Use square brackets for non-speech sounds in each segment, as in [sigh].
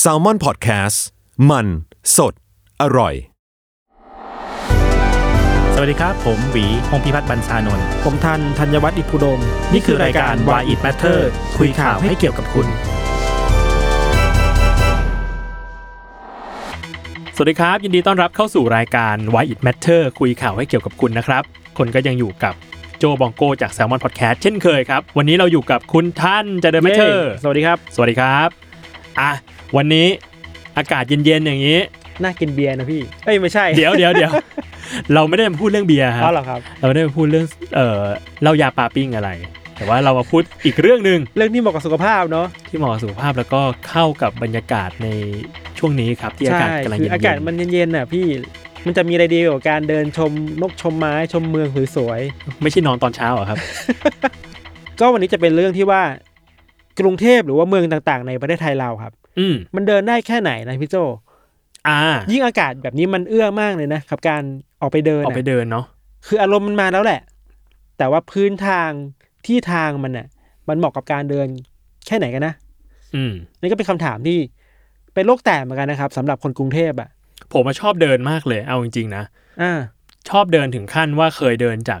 แซลมอนพอดแคสต์มันสดอร่อย สวัสดีครับ ผมหวีพงพิพัฒน์บรรชานนท์ ผมทันธัญวัฒน์อิพุดม นี่คือรายการ Why It Matter คุยข่าวให้เกี่ยวกับคุณ สวัสดีครับ ยินดีต้อนรับเข้าสู่รายการ Why It Matter คุยข่าวให้เกี่ยวกับคุณนะครับ คนก็ยังอยู่กับโจบองโกจาก Salmon Podcast เช่นเคยครับ วันนี้เราอยู่กับคุณท่านจะเดินไม่เธอ ย้สวัสดีครับ สวัสดีครับอ่ะวันนี้อากาศเย็นๆอย่างนี้ น่ากินเบียร์นะพี่ เอ้ยไม่ใช่ เดี๋ยวเดี๋ยวเดี๋ยวเราไม่ได้มาพูดเรื่องเบียร์ค อ๋ รั อบ เหรอครับ เราไม่ได้มาพูดเรื่องเออเหล้ายาปาปิ้งอะไร แต่ว่าเรามาพูดอีกเรื่องหนึ่ง เรื่องที่เหมาะกับสุขภาพเนาะ ที่เหมาะกับสุขภาพแล้วก็เข้ากับบรรยากาศในช่วงนี้ครับ ที่อา ใช่ กาศกำลัง คื เย็ อน ๆ อากาศมันเย็นๆน่ะพี่ มันจะมีอะไรดีกว่าการเดินชมนกชมไม้ชมเมืองสวย ไม่ใช่นอนตอนเช้าเหรอครับ ๆก็วันนี้จะเป็นเรื่องที่ว่า กรุงเทพหรือว่าเมืองต่างๆ ในประเทศไทยเราครับ อืม มันเดินได้แค่ไหนนะพี่โจ อ่า ยิ่งอากาศแบบนี้มันเอื้อมากเลยนะกับการออกไปเดิน ออก น่ะ ไปเดินเนาะ คืออารมณ์มันมาแล้วแหละ แต่ว่าพื้นทางที่ทางมันน่ะ มันเหมาะกับการเดินแค่ไหนกันนะ อืม นี่ก็เป็นคำถามที่เป็นโลกแตกเหมือนกันนะครับสำหรับคนกรุงเทพอ่ะ ผมอะชอบเดินมากเลย เอาจริงๆนะ อ่า ชอบเดินถึงขั้นว่าเคยเดินจาก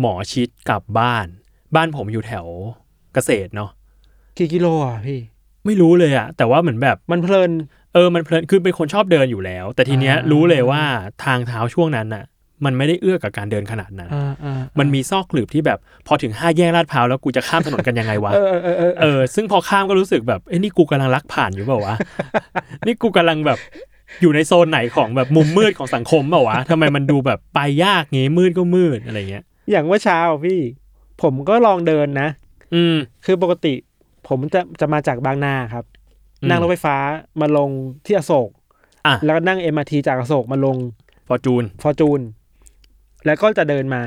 หมอชิดกลับบ้าน บ้านผมอยู่แถวเกษตรเนาะ กี่กิโลอ่ะพี่ ไม่รู้เลยอะแต่ว่าเหมือนแบบ มันเพลิน เออ มันเพลิน คือเป็นคนชอบเดินอยู่แล้ว แต่ทีเนี้ย อ่ารู้ รู้เลยว่าทางเท้าช่วงนั้นน่ะ มันไม่ได้เอื้อกับการเดินขนาดนั้น อ่าอ่า มันมีซอกหลืบที่แบบพอถึงห้าแยกลาดพร้าวแล้วกูจะข้ามถนนกันยังไงวะ เออเออเออเออ เออ ซึ่งพอข้ามก็รู้สึกแบบ เอ้ยนี่กูกำลังลักผ่านอยู่เปล่าวะ [laughs] นี่กูกำลังแบบอยู่ในโซนไหนของแบบมุมมืดของสังคมเปล่าวะทำไมมันดูแบบไปยากงี้มืดก็มืดอะไรเงี้ย อย่างว่าเช้าพี่ ผมก็ลองเดินนะ อืม คือปกติ ผมจะจะมาจากบางนาครับ อืม นั่งรถไฟฟ้ามาลงที่อโศก อ่ะ แล้วก็นั่งเอ็มอาทีจากอโศกมาลง พอจูน ฟอร์จูน แล้วก็จะเดินมา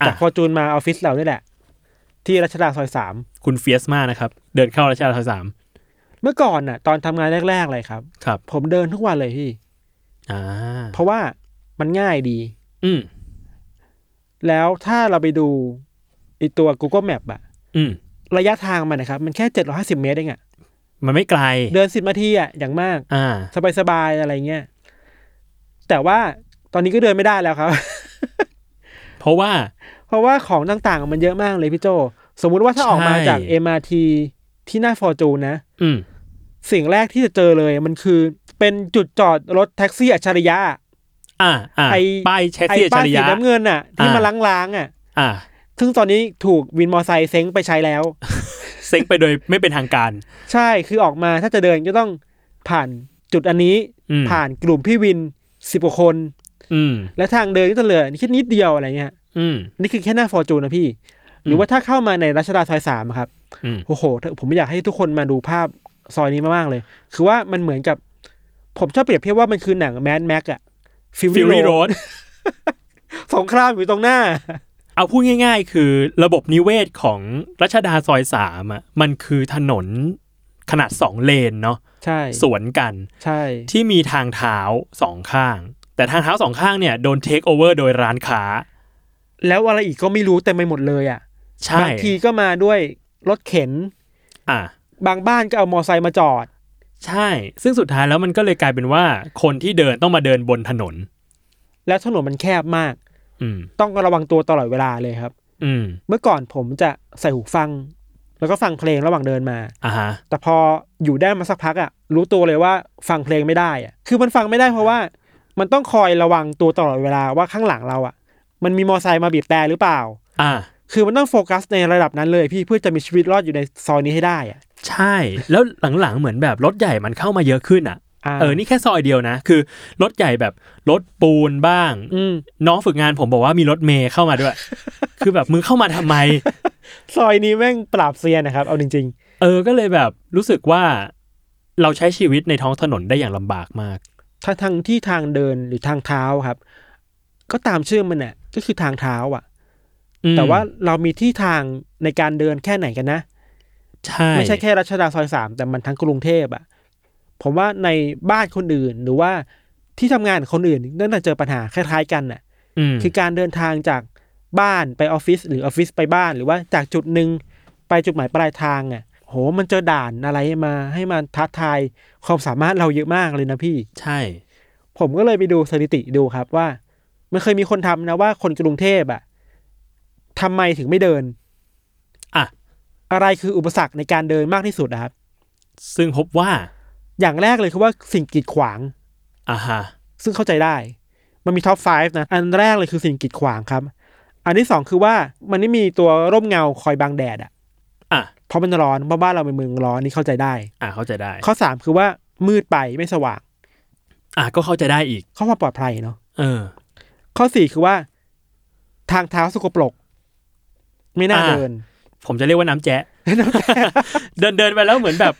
อ่ะ จากฟอร์จูนมาออฟฟิศเรานี่แหละ ที่รัชดาซอยสาม คุณเฟียสมากนะครับ เดินเข้าราชดาทัยสาม เมื่อก่อนน่ะ ตอนทำงานแรก ๆ เลยครับ ครับ ผมเดินทุกวันเลยพี่ อ่า เพราะว่ามันง่ายดี อืม แล้วถ้าเราไปดูไอตัว Google Map อะ อืม ระยะทางมันนะครับ มันแค่ 750 เมตรเองอะ มันไม่ไกล เดิน 10นาทีอะอย่างมาก อ่า สบาย ๆ อะไรเงี้ยแต่ว่าตอนนี้ก็เดินไม่ได้แล้วครับ [laughs] เพราะว่า เพราะว่าของต่างๆ มันเยอะมากเลยพี่โจ สมมุติว่าถ้าออกมา ใช่ จาก MRT ที่หน้าฟอร์จูนนะ อืม สิ่งแรกที่จะเจอเลยมันคือเป็นจุดจอดรถแท็กซี่อัจฉริยะ อ่าอ่า ไอ้ ป้ายแท็ก ไอ้ ซี่อัจ ป้า ฉ ย ริ สี ยะ น้ำเงินน่ะ ที่ อ่าม มาล้างๆอ่ะ อ่า ซึ่งตอนนี้ถูกวินมอไซค์เซ้งไปใช้แล้ว เซ็งไปโดยไม่เป็นทางการ ใช่คือออกมาถ้าจะเดินก็ต้องผ่านจุดอันนี้ อืม ผ่านกลุ่มพี่วินสิบกว่าคน อืม และทางเดินก็จะเหลือแค่นิดเดียวอะไรเงี้ย อืม นี่คือแค่หน้าฟอร์จูนนะพี่ หรือว่าถ้าเข้ามาในรัชดาซอยสามอะครับ อืม โอ้โหผมอยากให้ทุกคนมาดูภาพซอยนี้มากๆเลย คือว่ามันเหมือนกับ ผมชอบเปรียบเทียบว่ามันคือหนังแมดแม็กอะฟิว ฟิล รี่ ลี่ โร โร ด ด สงครามอยู่ตรงหน้า เอาพูดง่าย ๆ คือระบบนิเวศของรัชดาซอยสามอ่ะ มันคือถนนขนาดสองเลนเนาะ ใช่ สวนกัน ใช่ ที่มีทางเท้าสองข้าง แต่ทางเท้าสองข้างเนี่ย โดนเทคโอเวอร์โดยร้านค้า แล้วอะไรอีกก็ไม่รู้เต็มไปหมดเลยอ่ะ ใช่ บางทีก็มาด้วยรถเข็น อ่า บางบ้านก็เอามอไซค์มาจอด ใช่ ซึ่งสุดท้ายแล้วมันก็เลยกลายเป็นว่าคนที่เดินต้องมาเดินบนถนน แล้วถนนมันแคบมาก อืม ต้องระวังตัวตลอดเวลาเลยครับ อืม เมื่อก่อนผมจะใส่หูฟัง แล้วก็ฟังเพลงระหว่างเดินมา อ่าฮะ แต่พออยู่ได้มาสักพักอะ่ะ รู้ตัวเลยว่าฟังเพลงไม่ได้อะ่ะ คือมันฟังไม่ได้เพราะว่า มันต้องคอยระวังตัวตลอดเวลาว่าข้างหลังเราอะ่ะ มันมีมอไซค์มาบีบแต่หรือเปล่า อ่า คือมันต้องโฟกัสในระดับนั้นเลยพี่เพื่อจะมีชีวิตรอดอยู่ในซอยนี้ให้ได้อะ ใช่ แล้วหลังๆ เหมือนแบบรถใหญ่มันเข้ามาเยอะขึ้นอ่ะ ่ะ เออ นี่แค่ซอยเดียวนะ คือรถใหญ่แบบรถปูนบ้าง อืม น้องฝึกงานผมบอกว่ามีรถเมย์เข้ามา [laughs] ด้วย คือแบบมึงเข้ามาทำไม ซอยนี้แม่งปราบเซียนนะครับ เอาจริง เออ ก็เลยแบบรู้สึกว่า เราใช้ชีวิตในท้องถนนได้อย่างลำบากมาก ๆ ถ้าทางที่ทางเดินหรือทางเท้าครับ ก็ตามชื่อมันน่ะก็คือทางเท้าอ่ะ อืม แต่ว่าเรามีที่ทางในการเดินแค่ไหนกันนะ ใช่ ไม่ใช่แค่รัชดาซอยสามแต่มันทั้งกรุงเทพอะผมว่าในบ้านคนอื่นหรือว่าที่ทำงานคนอื่นนั่นจะเจอปัญหาคล้ายๆกันน่ะ อืม คือการเดินทางจากบ้านไปออฟฟิศหรือออฟฟิศไปบ้าน หรือว่าจากจุดหนึ่งไปจุดหมายปลายทางอ่ะ โหมันเจอด่านอะไรมาให้มันท้าทายความสามารถเราเยอะมากเลยนะพี่ ใช่ ผมก็เลยไปดูสถิติดูครับว่า มันเคยมีคนทำนะว่าคนกรุงเทพอะทำไมถึงไม่เดิน อ่ะ อะไรคืออุปสรรคในการเดินมากที่สุดอะครับ ซึ่งพบว่า อย่างแรกเลยคือว่าสิ่งกีดขวาง อ่าฮะ ซึ่งเข้าใจได้ มันมีท็อป 5 นะ อันแรกเลยคือสิ่งกีดขวางครับ อันที่สองคือว่ามันไม่มีตัวร่มเงาคอยบังแดดอะ อ่ะ เพราะมันร้อนเพราะบ้านเราเป็นเมืองร้อนนี่เข้าใจได้ อ่ะเข้าใจได้ ข้อสามคือว่ามืดไปไม่สว่าง อ่ะก็เข้าใจได้อีก ข้อความปลอดภัยเนาะ เออ ข้อสี่คือว่า ทางเท้าสกปรก ไม่น่า อ่า เดิน ผมจะเรียกว่าน้ำแจ๊ะ เดินเดินไปแล้วเหมือนแบบ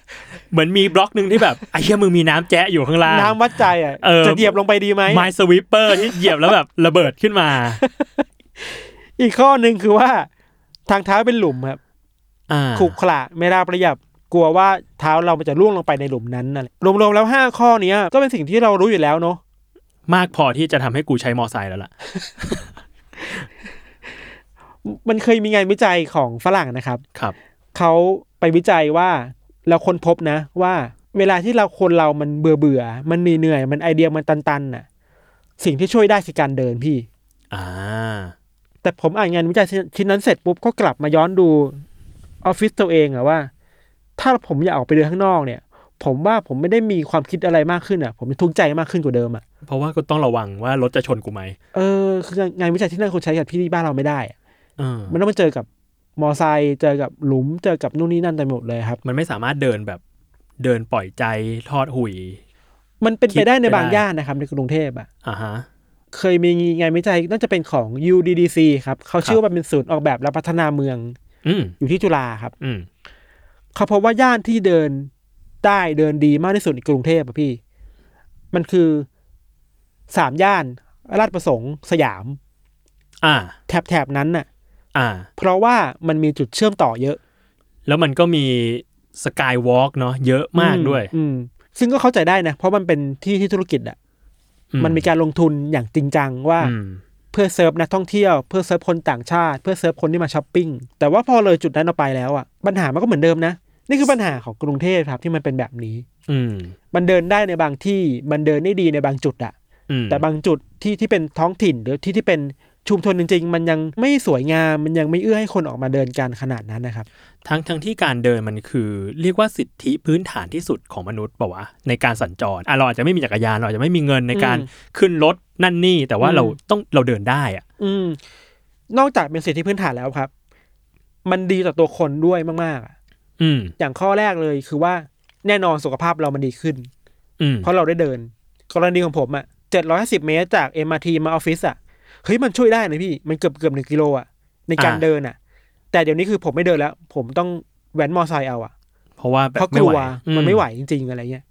เหมือนมีบล็อกหนึ่งที่แบบไอ้เหี้ยมึงมีน้ำแจ๊ะอยู่ข้างล่าง น้ำวัดใจอ่ะ เออ จะเหยียบลงไปดีไหม ไม้สวิปเปอร์ที่เหยียบแล้วแบบระเบิดขึ้นมา อีกข้อหนึ่งคือว่า ทางเท้าเป็นหลุมครับ อ่า ขรุขระไม่ราบระยับ กลัวว่าเท้าเรามันจะล่วงลงไปในหลุมนั้นนั่นแหละรวมๆแล้วห้าข้อเนี้ย ก็เป็นสิ่งที่เรารู้อยู่แล้วเนาะ มากพอที่จะทำให้กูใช้มอไซค์แล้วล่ะ มันเคยมีงานวิจัยของฝรั่งนะครับ ครับ เขาไปวิจัยว่าเราค้นพบนะ ว่าเวลาที่เราคนเรามันเบื่อเบื่อๆมันเหนื่อยเหนื่อยๆมันไอเดียมันตันๆน่ะ สิ่งที่ช่วยได้คือการเดินพี่ อ่า แต่ผมอ่านงานวิจัยชิ้นนั้นเสร็จปุ๊บก็กลับมาย้อนดูออฟฟิศตัวเองอะว่า ถ้าผมอยากออกไปเดินข้างนอกเนี่ย ผมว่าผมไม่ได้มีความคิดอะไรมากขึ้นอะผมทุกข์ใจมากขึ้นกว่าเดิมอะ เพราะว่าก็ต้องระวังว่ารถจะชนกูไหม เออคืองานวิจัยที่นั่นคนใช้กับพี่ที่บ้านเราไม่ได้อะ เออ มันต้องมาเจอกับมอไซค์เจอกับหลุมเจอกับนู่นนี่นั่นไปหมดเลยครับ มันไม่สามารถเดินแบบเดินปล่อยใจทอดหุย มันเป็น คิ ไป ด ได้ใน ไป บาง ได้ ย่านนะครับในกรุงเทพอะ อ่าฮะ เคยมีงานวิจัยน่าจะเป็นของ UDDC ครับเขา ครับ ชื่อว่าเป็นศูนย์ออกแบบและพัฒนาเมือง อืม อยู่ที่จุฬาครับ อืม เขาพบว่าย่านที่เดินได้เดินดีมากที่สุดในกรุงเทพอะพี่ มันคือสามย่านราชประสงค์สยาม อ่า แถบแถบนั้นน่ะ อ่า เพราะว่ามันมีจุดเชื่อมต่อเยอะ แล้วมันก็มีสกายวอล์กเนาะเยอะมากด้วย อืมซึ่งก็เข้าใจได้นะ เพราะมันเป็นที่ที่ธุรกิจอ่ะ อื มันมีการลงทุนอย่างจริงจังว่า อืม เพื่อเซิร์ฟนักท่องเที่ยวเพื่อเซิร์ฟคนต่างชาติ เพื่อเซิร์ฟคนที่มาช้อปปิ้งแต่ว่าพอเลยจุดนั้นออกไปแล้วอ่ะปัญหามันก็เหมือนเดิมนะ นี่คือปัญหาของกรุงเทพครับที่มันเป็นแบบนี้ อืม มันเดินได้ในบางที่มันเดินได้ดีในบางจุดอ่ะ อืม แต่บางจุดที่ที่เป็นท้องถิ่นหรือที่ที่เป็นชุมชนจริง ๆ มันยังไม่สวยงามมันยังไม่เอื้อให้คนออกมาเดินกันขนาดนั้นนะครับ ทั้งทั้งที่การเดินมันคือ เรียกว่าสิทธิพื้นฐานที่สุดของมนุษย์ป่าวะในการสัญจรอ่ะเราอาจจะไม่มีจักรยานเราอาจจะไม่มีเงินในการ อืม ขึ้นรถนั่นนี่ แต่ว่า อืม เราต้องเราเดินได้อ่ะ อืมนอกจากเป็นสิทธิพื้นฐานแล้วครับ มันดีต่อตัวคนด้วยมากๆอะ อืม อย่างข้อแรกเลยคือว่าแน่นอนสุขภาพเรามันดีขึ้น อืม เพราะเราได้เดิน กรณีของผมอะ่ะเจ็ดร้อยห้าสิบเมตรจาก MRT มาออฟฟิศอ่ะ เฮ้ยมันช่วยได้นะพี่ มันเกือบเกือบหนึ่งกิโลอ่ะ ในการเดินอ่ะ แต่เดี๋ยวนี้คือผมไม่เดินแล้ว ผมต้องแว้นมอไซค์เอาอ่ะ เพราะว่าแบบ เพราะก ไม่ ลั ไหว ว อื มันไม่ไหวจริง ๆ อะไรเงี้ย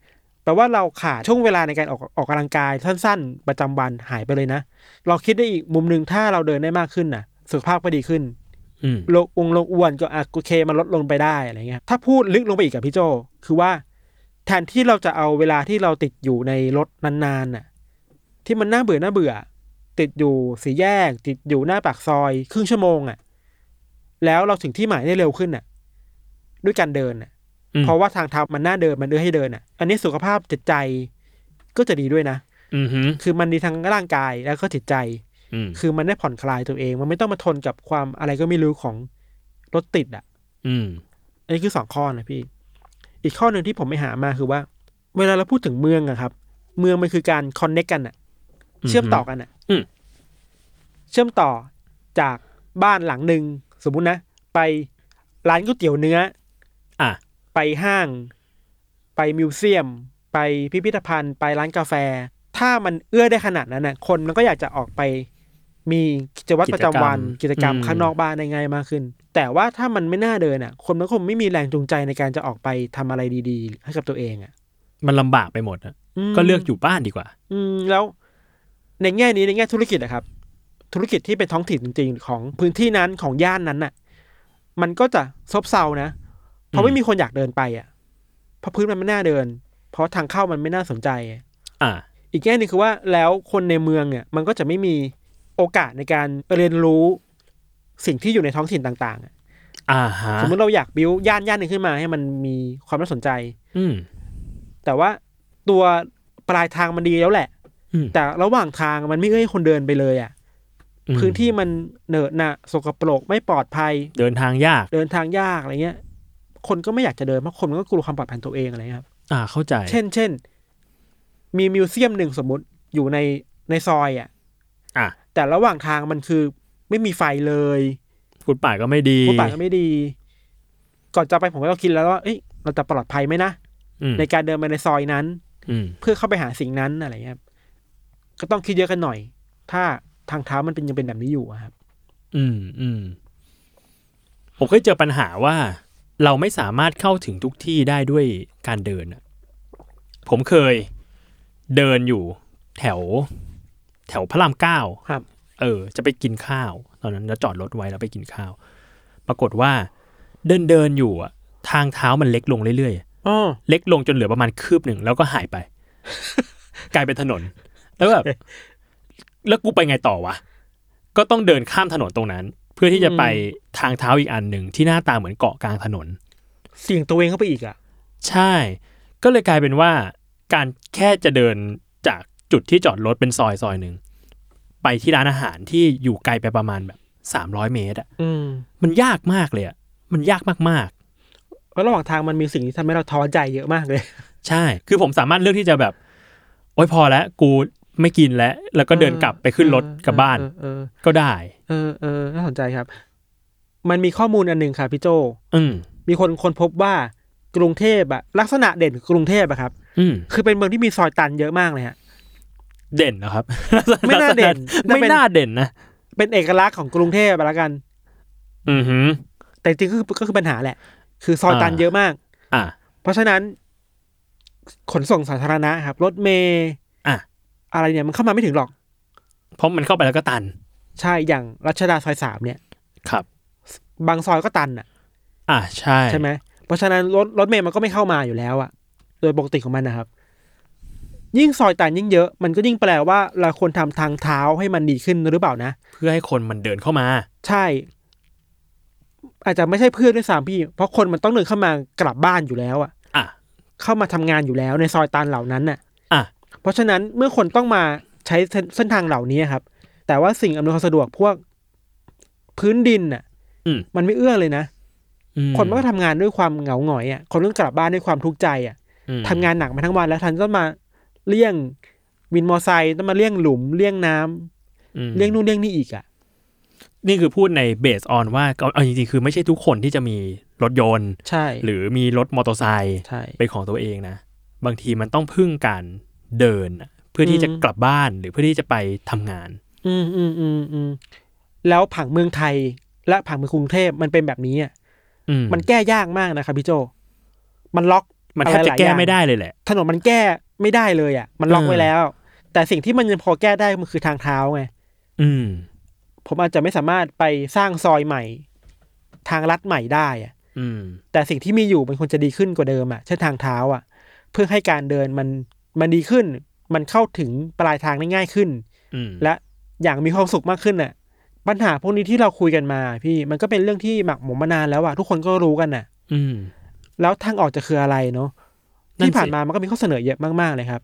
แปลว่าเราขาดช่วงเวลาในการออกออกกำลังกายสั้น ๆ ประจำวันหายไปเลยนะ เราคิดได้อีกมุมหนึ่งถ้าเราเดินได้มากขึ้นน่ะ สุขภาพก็ดีขึ้น อืม โลกองค์ลงอ้วนก็อ่ะโอเคมันลดลงไปได้อะไรเงี้ยถ้าพูดลึกลงไปอีกกับพี่โจคือว่า แทนที่เราจะเอาเวลาที่เราติดอยู่ในรถนานๆน่ะ ที่มันน่าเบื่อน่าเบื่อ ติดอยู่สีแยก ติดอยู่หน้าปากซอยครึ่งชั่วโมงอ่ะ แล้วเราถึงที่หมายได้เร็วขึ้นน่ะ ด้วยการเดินน่ะ อืม เพราะว่าทางเท้ามันน่าเดินมันเอื้อให้เดินน่ะ อันนี้สุขภาพจิตใจก็จะดีด้วยนะ อืมฮึ คือมันดีทั้งร่างกายแล้วก็จิตใจ อืม คือมันได้ผ่อนคลายตัวเอง มันไม่ต้องมาทนกับความอะไรก็ไม่รู้ของรถติดอ่ะ อืม อันนี้คือสองข้อนะพี่ อีกข้อหนึ่งที่ผมไปหามาคือว่า เวลาเราพูดถึงเมืองอะครับ เมืองมันคือการคอนเน็กกันอะเชื่อมต่อ ม กันอะ อืม เชื่อมต่อจากบ้านหลังหนึ่งสมมุตินะ ไปร้านก๋วยเตี๋ยวเนื้อ ฮึอ่ะ ไปห้าง ไปมิวเซียม ไปพิพิธภัณฑ์ ไปร้านกาแฟ ถ้ามันเอื้อได้ขนาดนั้นนะคนมันก็อยากจะออกไป มีกิจวัตรประจำวัน กิจกรรมข้างนอกบ้านได้ง่ายมากขึ้น แต่ว่าถ้ามันไม่น่าเดินอ่ะ คนมันคงไม่มีแรงจูงใจในการจะออกไปทำอะไรดี ๆ ให้กับตัวเองอ่ะ มันลำบากไปหมดอะ ม ก็เลือกอยู่บ้านดีกว่า อืมแล้ว ในแง่นี้ในแง่ธุรกิจนะครับ ธุรกิจที่เป็นท้องถิ่นจริงๆ ของพื้นที่นั้นของย่านนั้นน่ะ มันก็จะซบเซานะ เพราะไม่มีคนอยากเดินไปอ่ะ เพราะพื้นมันไม่น่าเดิน เพราะทางเข้ามันไม่น่าสนใจ อ่ะ อีกแง่หนึงคือว่าแล้วคนในเมืองเนี่ย มันก็จะไม่มีโอกาสในการเรียนรู้สิ่งที่อยู่ในท้องถิ่นต่างๆอะ อ่าฮะ สมมติเราอยากบิวย่านย่านหนึ่งขึ้นมาให้มันมีความน่าสนใจ อืม แต่ว่าตัวปลายทางมันดีแล้วแหละ อืม แต่ระหว่างทางมันไม่เอื้อให้คนเดินไปเลยอะ่ะ อืม พื้นที่มันเหนอะหนะสกปรกไม่ปลอดภัย เดินทางยาก เดินทางยากอะไรเงี้ย คนก็ไม่อยากจะเดินเพราะคนก็กลัวความปลอดภัยของตัวเองอะไรเงี้ยครับ อ่าเข้าใจ เช่น เช่น มีมิวเซียมหนึ่งสมมติอยู่ในในซอยอ่ะ อ่ะ แต่ระหว่างทางมันคือไม่มีไฟเลย ฟุตป่าทก็ไม่ดี ผู้ป่าก็ไม่ดี ก่อนจะไปผมก็คิดแล้วว่า เอ้ยเราจะปลอดภัยไหมนะ อืม ในการเดินไปในซอยนั้น อืม เพื่อเข้าไปหาสิ่งนั้นอะไรเงี้ยครับก็ต้องคิดเยอะกันหน่อย ถ้าทางเท้ามันเป็นยังเป็นแบบนี้อยู่อะครับ อืมอืมผมเคยเจอปัญหาว่า เราไม่สามารถเข้าถึงทุกที่ได้ด้วยการเดินอะผมเคยเดินอยู่แถว แถวพระรามเก้า ครับ เออ จะไปกินข้าว ตอนนั้นเราจอดรถไว้แล้วไปกินข้าว ปรากฏว่า เดินเดินอยู่อะทางเท้ามันเล็กลงเรื่อยๆ อ๋อ เล็กลงจนเหลือประมาณคืบหนึ่งแล้วก็ห [laughs] ายไป กลายเป็นถนน แล้ว [laughs] แบบแล้วกูไปไงต่อวะ ก็ต้องเดินข้ามถนนตรงนั้น เพื่อที่จะไปทางเท้าอีกอันหนึ่งที่หน้าตาเหมือนเกาะกลางถนน เสี่ยงตัวเองเข้าไปอีกอ่ะ ใช่ ก็เลยกลายเป็นว่าการแค่จะเดินจากจุดที่จอดรถเป็นซอยซอยหนึ่งไปที่ร้านอาหารที่อยู่ไกลไปประมาณแบบสามร้อยเมตรอะ อืม มันยากมากเลยอะมันยากมากๆ แล้วระหว่างทางมันมีสิ่งที่ทำให้เราท้อใจเยอะมากเลย ใช่ คือผมสามารถเลือกที่จะแบบ โอ๊ยพอแล้ว กูไม่กินแล้ว แล้วก็เดินกลับไปขึ้นรถกลับบ้าน เออ ก็ได้ เออเออเออเออน่าสนใจครับ มันมีข้อมูลอันหนึ่งค่ะพี่โจ อืม มีคนคนพบว่ากรุงเทพอะลักษณะเด่นของกรุงเทพอะครับ อืม คือเป็นเมืองที่มีซอยตันเยอะมากเลยฮะ เด่นนะครับ ไม่น่าเด่น [laughs] ไม่น่าเด่นนะ เป็นเอกลักษณ์ของกรุงเทพอะละกัน อือหือ แต่จริงๆก็คือก็คือปัญหาแหละ คือซอยตัน อ่า เยอะมาก อ่ะ เพราะฉะนั้น ขนส่งสาธารณะครับ รถเมย์ อ่ะ อะไรเนี่ยมันเข้ามาไม่ถึงหรอก เพราะมันเข้าไปแล้วก็ตัน ใช่อย่างรัชดาซอยสามเนี่ย ครับ บางซอยก็ตันอ่ะ อ่ะ ใช่ ใช่ไหมเพราะฉะนั้นรถรถเมย์มันก็ไม่เข้ามาอยู่แล้วอ่ะ โดยปกติของมันนะครับ ยิ่งซอยตันยิ่งเยอะ มันก็ยิ่งแปลว่าเราควรทำทางเท้าให้มันดีขึ้นหรือเปล่านะ เพื่อให้คนมันเดินเข้ามา ใช่ อาจจะไม่ใช่เพื่อนด้วยซ้ำพี่ เพราะคนมันต้องเดินเข้ามากลับบ้านอยู่แล้วอ่ะ อ่ะ เข้ามาทำงานอยู่แล้วในซอยตันเหล่านั้นน่ะ อ่ะ เพราะฉะนั้นเมื่อคนต้องมาใช้เส้นเส้นทางเหล่านี้ครับ แต่ว่าสิ่งอำนวยความสะดวกพวกพื้นดินน่ะ อืม มันไม่เอื้อเลยนะ อื คนมันก็ทำงานด้วยความเหงาหงอยอ่ะคนต้องกลับบ้านด้วยความทุกข์ใจอ่ะ อืม ทำงานหนักมาทั้งวันแล้วทันต้องมาเลี่ยงวินมอไซค์ต้องมาเลี่ยงหลุมเลี่ยงน้ำ อืม เลี่ยงนู่นเลี่ยงนี่อีกอ่ะ นี่คือพูดในเบสออนว่าเอาเอาจริงๆ คือไม่ใช่ทุกคนที่จะมีรถยนต์ ใช่ หรือมีรถมอเตอร์ไซค์ ใช่ เป็นของตัวเองนะ บางทีมันต้องพึ่งการเดินน่ะเพื่อที่จะ อืม กลับบ้านหรือเพื่อที่จะไปทำงาน อืมอืมอืมอืมแล้วผังเมืองไทย และผังเมืองกรุงเทพมันเป็นแบบนี้อ่ะ อืม มันแก้ยากมากนะครับพี่โจ มันล็อก มันแทบจะแก้ไม่ได้เลยแหละ ถนนมันแก้ไม่ได้เลยอ่ะ มันล็อก เออ ไว้แล้ว แต่สิ่งที่มันยังพอแก้ได้มันคือทางเท้าไง อืม ผมอาจจะไม่สามารถไปสร้างซอยใหม่ ทางลัดใหม่ได้อ่ะ อืม แต่สิ่งที่มีอยู่มันควรจะดีขึ้นกว่าเดิมอ่ะเช่นทางเท้าอ่ะ เพื่อให้การเดินมันมันดีขึ้น มันเข้าถึงปลายทางได้ง่ายขึ้น อืม และอย่างมีความสุขมากขึ้นอ่ะ ปัญหาพวกนี้ที่เราคุยกันมาพี่มันก็เป็นเรื่องที่หมักหมมมานานแล้วอ่ะทุกคนก็รู้กันอ่ะ อืม แล้วทางออกจะคืออะไรเนาะ นั่นสิ ที่ผ่านมามันก็มีข้อเสนอเยอะมากๆเลยครับ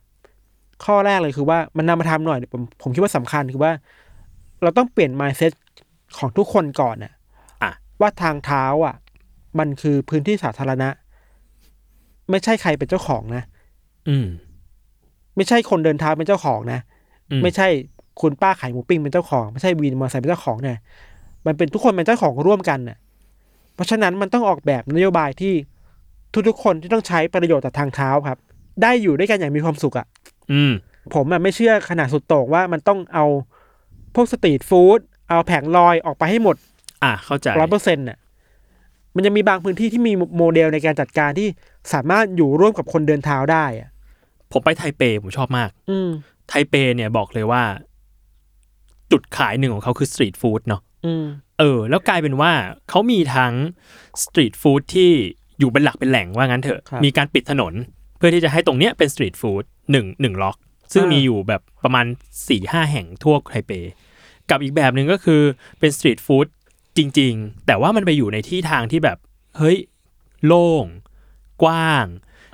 ข้อแรกเลยคือว่ามันนำมาทำหน่อยผมผมคิดว่าสำคัญคือว่า เราต้องเปลี่ยน mindset ของทุกคนก่อนน่ะ อ่ะ ว่าทางเท้าอ่ะ มันคือพื้นที่สาธารณะ ไม่ใช่ใครเป็นเจ้าของนะ อืม ไม่ใช่คนเดินเท้าเป็นเจ้าของนะ อืม ไม่ใช่คุณป้าขายหมูปิ้งเป็นเจ้าของ ไม่ใช่วินมอเตอร์ไซค์เป็นเจ้าของเนี่ยมันเป็นทุกคนเป็นเจ้าของร่วมกันน่ะ เพราะฉะนั้นมันต้องออกแบบนโยบายที่ทุกๆคนที่ต้องใช้ประโยชน์จากทางเท้าครับ ได้อยู่ด้วยกันอย่างมีความสุขอะ่ะ อืม ผมอะไม่เชื่อขนาดสุดโต่งว่ามันต้องเอาพวกสตรีทฟู้ดเอาแผงลอยออกไปให้หมด อ่ะเข้าใจ ร้อยเปอร์เซ็นต์น่ะมันยังมีบางพื้นที่ที่มีโมเดลในการจัดการที่สามารถอยู่ร่วมกับคนเดินเท้าได้อ่ะ ผมไปไทเปผมชอบมาก อืม ไทเปเนี่ยบอกเลยว่า จุดขายหนึ่งของเขาคือสตรีทฟู้ดเนาะ อืม เออ แล้วกลายเป็นว่าเขามีทั้งสตรีทฟู้ดที่อยู่เป็นหลักเป็นแหล่งว่างั้นเถอะ ครับ มีการปิดถนน เพื่อที่จะให้ตรงเนี้ยเป็นสตรีทฟู้ดหนึ่งหนึ่งล็อก ซึ่ง อ่ามีมีอยู่แบบประมาณ4ี่ห้าแห่งทั่วไทเป กับอีกแบบหนึ่งก็คือเป็นสตรีทฟู้ด จริง ๆ แต่ว่ามันไปอยู่ในที่ทางที่แบบ เฮ้ย โล่ง กว้าง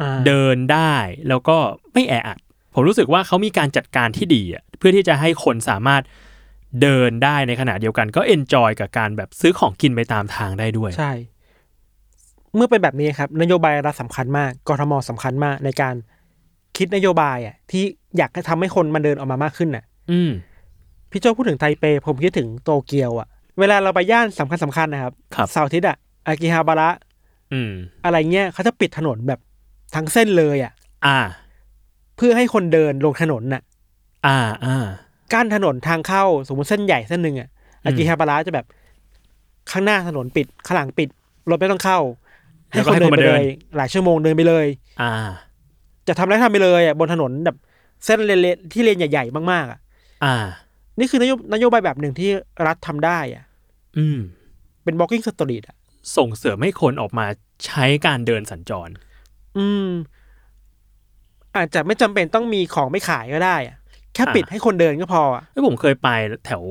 อ่า เดินได้แล้วก็ไม่แออัด ผมรู้สึกว่าเขามีการจัดการที่ดีอะเพื่อที่จะให้คนสามารถเดินได้ในขณะเดียวกันก็เอนจอยกับการแบบซื้อของกินไปตามทางได้ด้วย ใช่ เมื่อเป็นแบบนี้ครับ นโยบายรัฐสำคัญมากกทมสำคัญมากในการคิดนโยบายอ่ะที่อยากให้ทำให้คนมันเดินออกมามากขึ้นน่ะ อืม พี่โจพูดถึงไทเป ผมคิดถึงโตเกียวอะเวลาเราไปย่านสำคัญสคัญๆนะครับ ครับ เสาร์อาทิตย์อะอากิฮาบาระ อืม อะไรเงี้ยเขาจะปิดถนนแบบทั้งเส้นเลยอะ อ่า เพื่อให้คนเดินลงถนนน่ะ อ่าอ่า กั้นถนนทางเข้าสมมติเส้นใหญ่เส้นหนึ่งอะ อืม อากิฮาบาระจะแบบข้างหน้าถนนปิดข้างหลังปิดรถไม่ต้องเข้า แล้วก็ให้คนมาเดิน ไปเลยหลายชั่วโมงเดินไปเลย อ่า จะทำอะไรก็ทำไปเลยอะบนถนนแบบเส้นเลนๆที่เลนใหญ่ๆมากๆอะ อ่า นี่คือนโยบนโยบายแบบหนึ่งที่รัฐทำได้อะ อืม เป็น walking street อะ ส่งเสริมให้คนออกมาใช้การเดินสัญจร อืม อาจจะไม่จำเป็นต้องมีของไม่ขายก็ได้อะแค่ อ่า ปิดให้คนเดินก็พออะ เอ้ยผมเคยไปแถว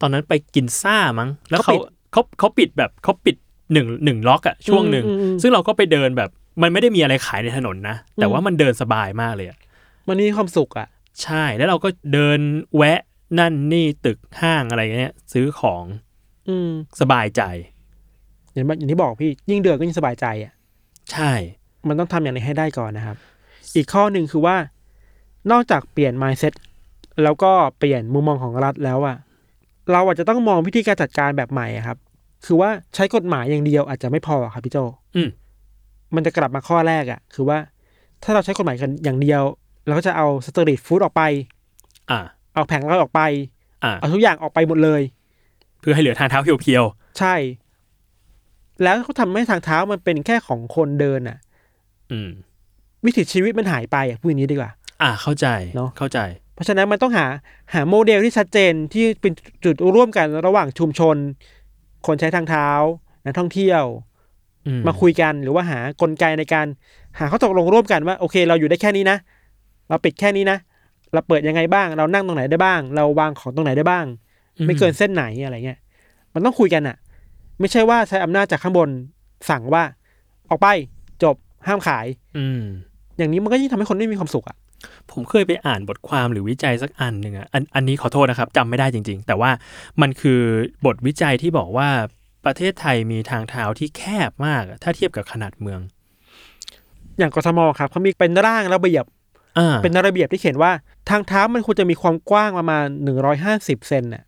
ตอนนั้นไปกินซ่ามั้ง แล้ว เขา เขา ปิด เขาเขาปิดแบบเขาปิดหนึ่งหนึ่งล็อกอะช่วงหนึ่ง อืมอืมอืม ซึ่งเราก็ไปเดินแบบมันไม่ได้มีอะไรขายในถนนนะ แต่ว่ามันเดินสบายมากเลยอะ มันมีความสุขอ่ะ ใช่แล้วเราก็เดินแวะนั่นนี่ตึกห้างอะไรเงี้ย ซื้อของ อืม สบายใจ อย่างแบบอย่างที่บอกพี่ยิ่งเดินก็ยิ่งสบายใจอ่ะ ใช่ มันต้องทำอย่างนี้ให้ได้ก่อนนะครับ อีกข้อหนึ่งคือว่า นอกจากเปลี่ยน mindset แล้วก็เปลี่ยนมุมมองของรัฐแล้วอ่ะ เราอาจจะต้องมองวิธีการจัดการแบบใหม่อะครับ คือว่าใช้กฎหมายอย่างเดียวอาจจะไม่พอครับพี่โจ อืม มันจะกลับมาข้อแรกอ่ะ คือว่า ถ้าเราใช้กฎหมายกันอย่างเดียวเราก็จะเอาสตรีทฟู้ดออกไป อ่า เอาแผงลอยออกไป อ่า เอาทุกอย่างออกไปหมดเลย เพื่อให้เหลือทางเท้าเพียว ใช่ แล้วเขาทำให้ทางเท้ามันเป็นแค่ของคนเดินน่ะ ๆอืม วิถีชีวิตมันหายไปอ่ะพูดอย่างนี้ดีกว่า อ่าเข้าใจ เนอะ เข้าใจ เพราะฉะนั้นมันต้องหาหาโมเดลที่ชัดเจนที่เป็นจุดร่วมกันระหว่างชุมชน คนใช้ทางเท้านักท่องเที่ยว อื มาคุยกันหรือว่าหากลไกในการหาข้อตกลงร่วมกันว่า โอเค เราอยู่ได้แค่นี้นะ เราปิดแค่นี้นะ เราเปิดยังไงบ้าง เรานั่งตรงไหนได้บ้าง เราวางของตรงไหนได้บ้าง ไม่เกินเส้นไหนอะไรเงี้ย มันต้องคุยกันอะไม่ใช่ว่าใช้อำนาจจากข้างบนสั่งว่า ออกไปจบห้ามขาย อืม อย่างนี้มันก็ยิ่งทำให้คนไม่มีความสุขอะ ผมเคยไปอ่านบทความหรือวิจัยสักอันหนึ่งอะอันอันนี้ขอโทษนะครับจำไม่ได้จริง ๆ แต่ว่ามันคือบทวิจัยที่บอกว่าประเทศไทยมีทางเท้าที่แคบมากอะถ้าเทียบกับขนาดเมือง อย่างกทมครับเขามีเป็นร่างระเบียบ อ่า เป็นระเบียบที่เขียนว่า ทางเท้ามันควรจะมีความกว้างประมาณหนึ่งร้อยห้าสิบเซนน่ะ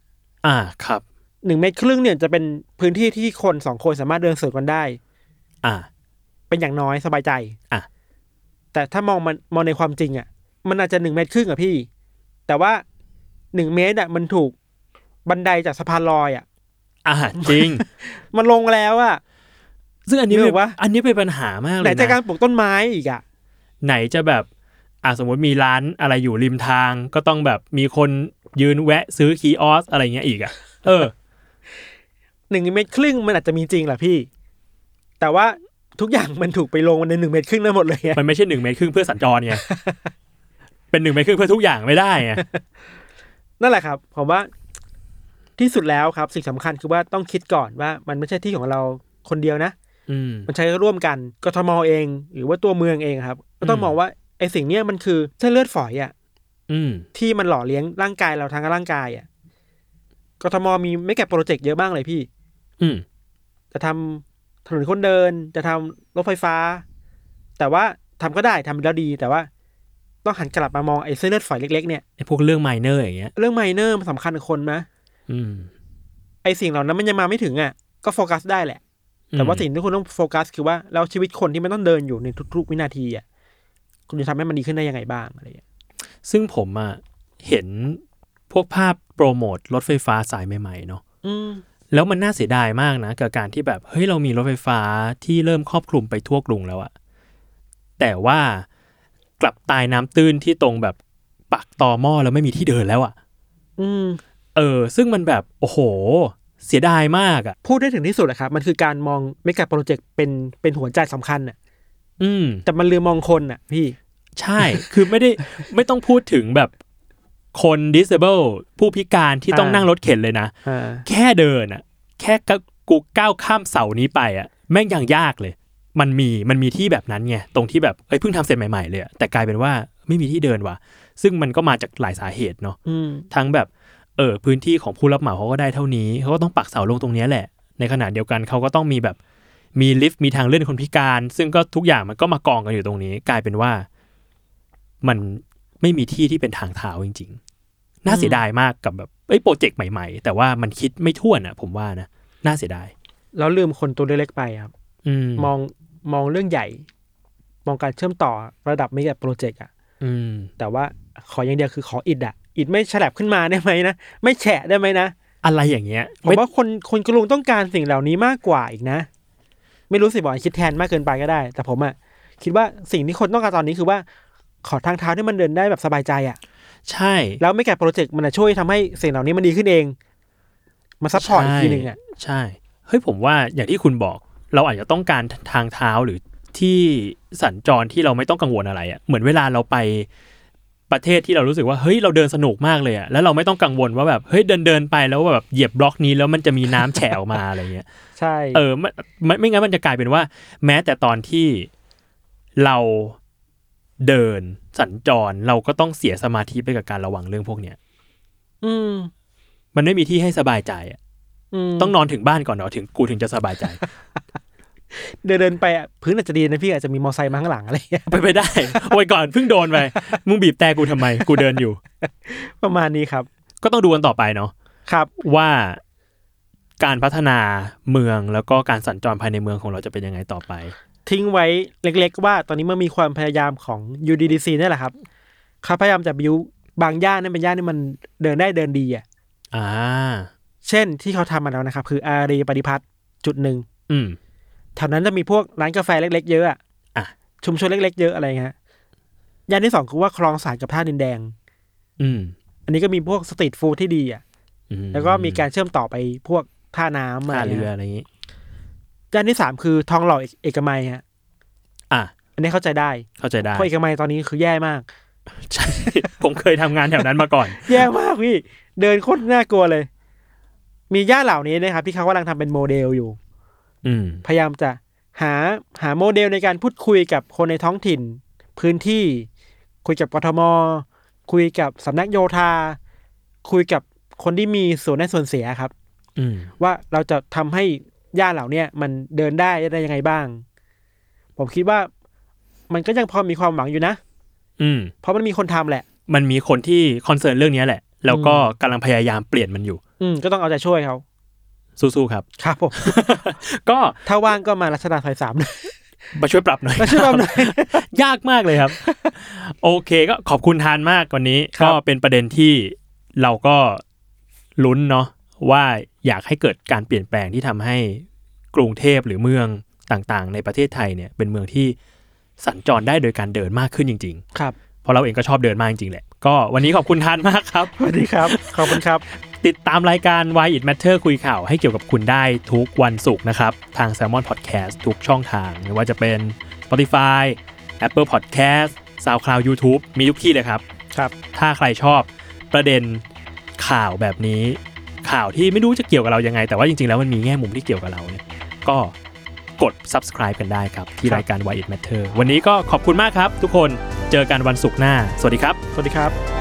อ่าครับ หนึ่งเมตรครึ่งเนี่ยจะเป็นพื้นที่ที่คนสองคนสามารถเดินสวนกันได้ อ่า เป็นอย่างน้อยสบายใจ อ่ะ แต่ถ้ามองมันมองในความจริงอะมันอาจจะหนึ่งเมตรครึ่งอะพี่ แต่ว่าหนึ่งเมตรอะมันถูกบันไดจากสะพานลอยอะ อ่าจริง มันลงแล้วอะ [laughs] ซึ่งอันนี้ นึก เป็ ออกปะ นอันนี้เป็นปัญหามากเล ไหน ย จะกา นะ รปลูกต้นไม้อีกอะ ไหนจะแบบอ่าสมมติมีร้านอะไรอยู่ริมทาง ก็ต้องแบบมีคนยืนแวะซื้อคีออสอะไรเงี้ยอีกอะเออ หนึ่งเมตรครึ่งมันอาจจะมีจริงแหละพี่ แต่ว่าทุกอย่างมันถูกไปลงในหนึ่งเมตรครึ่งนั้นหมดเลยอะ มันไม่ใช่หนึ่งเมตรครึ่งเพื่อสัญจร [laughs] ไง เป็นหนึ่งเมตรครึ่งเพื่อทุกอย่างไม่ได้ไง นั่นแหละครับผมว่าที่สุดแล้วครับ สิ่งสำคัญคือว่าต้องคิดก่อนว่า มันไม่ใช่ที่ของเราคนเดียวนะ อืม มันใช้ร่วมกันกทมเอง หรือว่าตัวเมืองเองครับ ก็ต้อง อืม มองว่าไอ้สิ่งเนี้ยมันคือเส้นเลือดฝอยอะ อืม ที่มันหล่อเลี้ยงร่างกายเราทางร่างกายอะกทมมีไม่แก่โปรเจกต์เยอะมากเลยพี่ อืม จะทำถนนคนเดินจะทำรถไฟฟ้า แต่ว่าทำก็ได้ทำแล้วดีแต่ว่า ต้องหันกลับมามองไอ้เส้นเลือดฝอยเล็กๆเนี่ย ไอ้พวกเรื่องไมเนอร์อย่างเงี้ย เรื่องไมเนอร์มันสำคัญกับคนนะ อืม ไอ้สิ่งเหล่านั้นมันยังมาไม่ถึงอ่ะก็โฟกัสได้แหละ แต่ว่าสิ่งที่คุณต้องโฟกัส คือว่าแล้วชีวิตคนที่มันต้องเดินอยู่ในทุกๆ วินาทีอ่ะคุณจะทำให้มันดีขึ้นได้ยังไงบ้างอะไรอย่างเงี้ย ซึ่งผมอะเห็นพวกภาพโปรโมทรถไฟฟ้าสายใหม่ๆเนาะ อืม แล้วมันน่าเสียดายมากนะ กับการที่แบบ เฮ้ย เรามีรถไฟฟ้าที่เริ่มครอบคลุมไปทั่วกรุงแล้วอะแต่ว่ากลับตายน้ำตื้นที่ตรงแบบปักต่อหม้อแล้วไม่มีที่เดินแล้วอะ อืม เออ ซึ่งมันแบบโอ้โห เสียดายมากอะ พูดได้ถึงที่สุดอะครับมันคือการมองไม่กับโปรเจกต์เป็นเป็นหัวใจสำคัญอ่ะ อืม แต่มันลืมมองคนอ่ะ พี่ ใช่ [laughs] คือไม่ได้ ไม่ต้องพูดถึงแบบคน disable ผู้พิการที่ต้อง อ่านั่ นั่งรถเข็นเลยนะ อ่า แค่เดินอะ แค่กูก้าวข้ามเสานี้ไปอะแม่งยังยากเลย มันมีมันมีที่แบบนั้นไงตรงที่แบบเอ้ยเพิ่งทำเสร็จใหม่ๆเลยอะแต่กลายเป็นว่าไม่มีที่เดินว่ะ ซึ่งมันก็มาจากหลายสาเหตุเนาะ อืม ทั้งแบบเออพื้นที่ของผู้รับเหมาเขาก็ได้เท่านี้เขาก็ต้องปักเสาลงตรงเนี้ยแหละ ในขณะเดียวกันเขาก็ต้องมีแบบมีลิฟต์มีทางเลื่อนคนพิการ ซึ่งก็ทุกอย่างมันก็มากองกันอยู่ตรงนี้ กลายเป็นว่า มันไม่มีที่ที่เป็นทางเท้าจริง ๆ น่าเสียดายมากกับแบบเอ้ยโปรเจกต์ใหม่ๆ แต่ว่ามันคิดไม่ทั่วนอะผมว่านะน่าเสียดาย แล้วลืมคนตัวเล็กๆไปครับ อืม มองมองเรื่องใหญ่ มองการเชื่อมต่อระดับไม่กับโปรเจกต์อ่ะ อืม แต่ว่าขออย่างเดียวคือขออิดอ่ะ อิดไม่ฉลับขึ้นมาได้ไหมนะ ไม่แฉะได้ไหมนะ อะไรอย่างเงี้ย ผมว่าคนคนกรุงต้องการสิ่งเหล่านี้มากกว่าอีกนะ ไม่รู้สิบอกคิดแทนมากเกินไปก็ได้ แต่ผมอะคิดว่าสิ่งที่คนต้องการตอนนี้คือว่า ขอทางเท้าที่มันเดินได้แบบสบายใจอะ ใช่ แล้วไม่แก่โปรเจกต์มันจะช่วยทำให้สิ่งเหล่านี้มันดีขึ้นเองมาซัพพอร์ตอีกทีหนึ่งอะ ใช่เฮ้ยผมว่าอย่างที่คุณบอก เราอาจจะต้องการทางเท้าหรือที่สัญจรที่เราไม่ต้องกังวลอะไรอะ่ะเหมือนเวลาเราไปประเทศที่เรารู้สึกว่าเฮ้ยเราเดินสนุกมากเลยอะ่ะแล้วเราไม่ต้องกังวลว่าแบบเฮ้ยเดินเดินๆไปแล้วแบบเหยียบบล็อกนี้แล้วมันจะมีน้ำแฉะออกมาอะไรเงี้ย ใช่ เออมันมันไม่งั้นมันจะกลายเป็นว่า แม้แต่ตอนที่เราเดินสัญจรเราก็ต้องเสียสมาธิไปกับการระวังเรื่องพวกเนี้ย อืม มันไม่มีที่ให้สบายใจอะ ม ต้องนอนถึงบ้านก่อนเนาะถึงกูถึงจะสบายใจ เดินเดินไปอะพื้นอาจจะดีนะพี่อาจจะมีมอเตอร์ไซค์มาข้างหลังอะไรอย่างเงี้ย [laughs] ไปนไปได้ [laughs] วันก่อนเพิ่งโดนไปมึงบีบแต่กูทำไม กูเดินอยู่ ประมาณนี้ครับ ก็ต้องดูกันต่อไปเนาะ ครับ ว่าการพัฒนาเมืองแล้วก็การสัญจรภายในเมืองของเราจะเป็นยังไงต่อไป ทิ้งไว้เล็กๆว่าตอนนี้มันมีความพยายามของ UDDC นี่แหละครับเขาพยายามจะบิวบางย่านนั่นเป็นย่านที่มันเดินได้เดินดีอะ อ่า เช่นที่เขาทำมาแล้วนะครับ คืออารีปฏิพัฒน์จุดหนึ่ง อืม แถวนั้นจะมีพวกร้านกาแฟเล็กๆเยอะอะ อ่ะ ชุมชนเล็กๆเยอะอะไรเงี้ยย่านที่สองคือว่าคลองสานกับท่าดินแดง อืม อันนี้ก็มีพวกสตรีทฟู้ดที่ดีอ่ะ อื แล้วก็มีการเชื่อมต่อไปพวกท่าน้ำอะไร ท่าเรือ เงี้ย อะไรอย่างงี้ ย่านที่สามคือทองหล่อเอกมัยฮะ อ่ะ อันนี้เข้าใจได้ เข้าใจได้ เพราะเอกมัยตอนนี้คือแย่มาก [laughs] [laughs] ใช่ ผมเคยทำงานแถวนั้นมาก่อน แย่มากพี่เดินโคตรน่ากลัวเลย มีย่านเหล่านี้นะครับที่เขากำลังทำเป็นโมเดลอยู่ อืม พยายามจะหาหาโมเดลในการพูดคุยกับคนในท้องถิ่น พื้นที่ คุยกับกทม คุยกับสำนักโยธา คุยกับคนที่มีส่วนได้ส่วนเสียครับ อืม ว่าเราจะทำให้ย่านเหล่าเนี้ยมันเดินได้ได้ยังไงบ้าง ผมคิดว่ามันก็ยังพอมีความหวังอยู่นะ อืม เพราะมันมีคนทำแหละ มันมีคนที่คอนเซิร์นเรื่องเนี้ยแหละ แล้วก็กำลังพยายามเปลี่ยนมันอยู่ อืมก็ต้องเอาใจช่วยเขา สู้ๆครับ ครับผม ก็ ถ้าว่างก็มารัชดาซอยสาม [laughs] นะ มาช่วยปรับหน่อย มาช่วยเราหน่อย ยากมากเลยครับ [laughs] โอเคก็ขอบคุณทานมากวันนี้ ครัก็บเป็นประเด็นที่เราก็ลุ้นเนาะว่าอยากให้เกิดการเปลี่ยนแปลงที่ทำให้กรุงเทพหรือเมืองต่างๆ ในประเทศไทยเนี่ย เป็นเมืองที่สัญจรได้โดยการเดินมากขึ้นจริง ครับ ๆ เพราะเราเองก็ชอบเดินมากจริงๆแหละ ก็วันนี้ขอบคุณทานมากครับ สวัสดีครับขอบคุณครับ ติดตามรายการ Why It Matter คุยข่าวให้เกี่ยวกับคุณได้ทุกวันศุกร์นะครับ ทาง Salmon Podcast ทุกช่องทาง ไม่ว่าจะเป็น Spotify Apple Podcast SoundCloud YouTube มีทุกที่เลยครับ ครับ ถ้าใครชอบประเด็นข่าวแบบนี้ ข่าวที่ไม่รู้จะเกี่ยวกับเรายังไง แต่ว่าจริงๆแล้วมันมีแง่มุมที่เกี่ยวกับเราเนี่ยก็กด subscribe กันได้ครับ ที่ ครับ รายการ Why It Matter วันนี้ก็ขอบคุณมากครับ ทุกคนเจอกันวันศุกร์หน้า สวัสดีครับ สวัสดีครับ